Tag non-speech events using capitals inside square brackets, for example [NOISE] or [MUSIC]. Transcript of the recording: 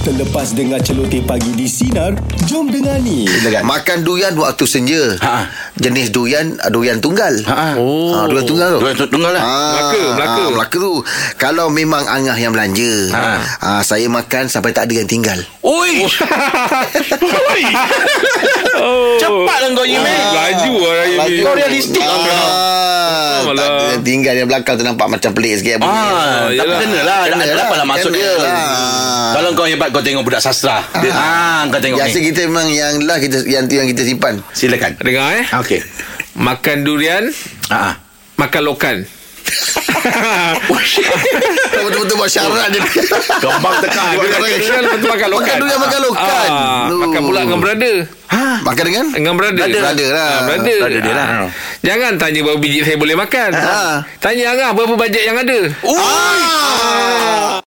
Terlepas dengar celoteh pagi di Sinar, jom dengar ni. Silakan. Makan durian waktu senja. Ha. Jenis durian ah, durian tunggal. Ha. Oh. Ha, durian tunggal tu. Ah. Durian tu- tunggal lah. Melaka, Melaka. Ha, Melaka tu. Kalau memang angah yang belanja. Ha. ha. saya makan sampai tak ada yang tinggal. Oi. [LAUGHS] Oi. Cepatlah lah kau ni, meh. Laju lah raya ni Kau realistik. Ah, Alah. tak ada yang tinggal yang belakang tu nampak macam pelik sikit bunyi. Ah, Ah, tapi yelah. kena lah. Kena Kena lah. lah. maksud Kena dia. lah. Kalau kau hebat kau tengok budak sastra. Dia, ah, kau tengok Biasa ni. kita memang yang lah kita yang tu yang kita [LAUGHS] simpan. Silakan. Dengar eh Ya. Okey. Makan durian Ha. Makan [LAUGHS] lokan Kau betul-betul buat syarat dia. Kembang [LAUGHS] teka. Dia makan durian Lepas tu makan lokan Makan durian, makan lokan. Ah, Loh. Makan pula dengan brother Makan dengan? Dengan brother Brother. Ha. Brother lah. Ah, Brother Brother dia lah. Ah. Jangan tanya berapa biji saya boleh makan Ah. Tanya Angah berapa bajet yang ada Ah.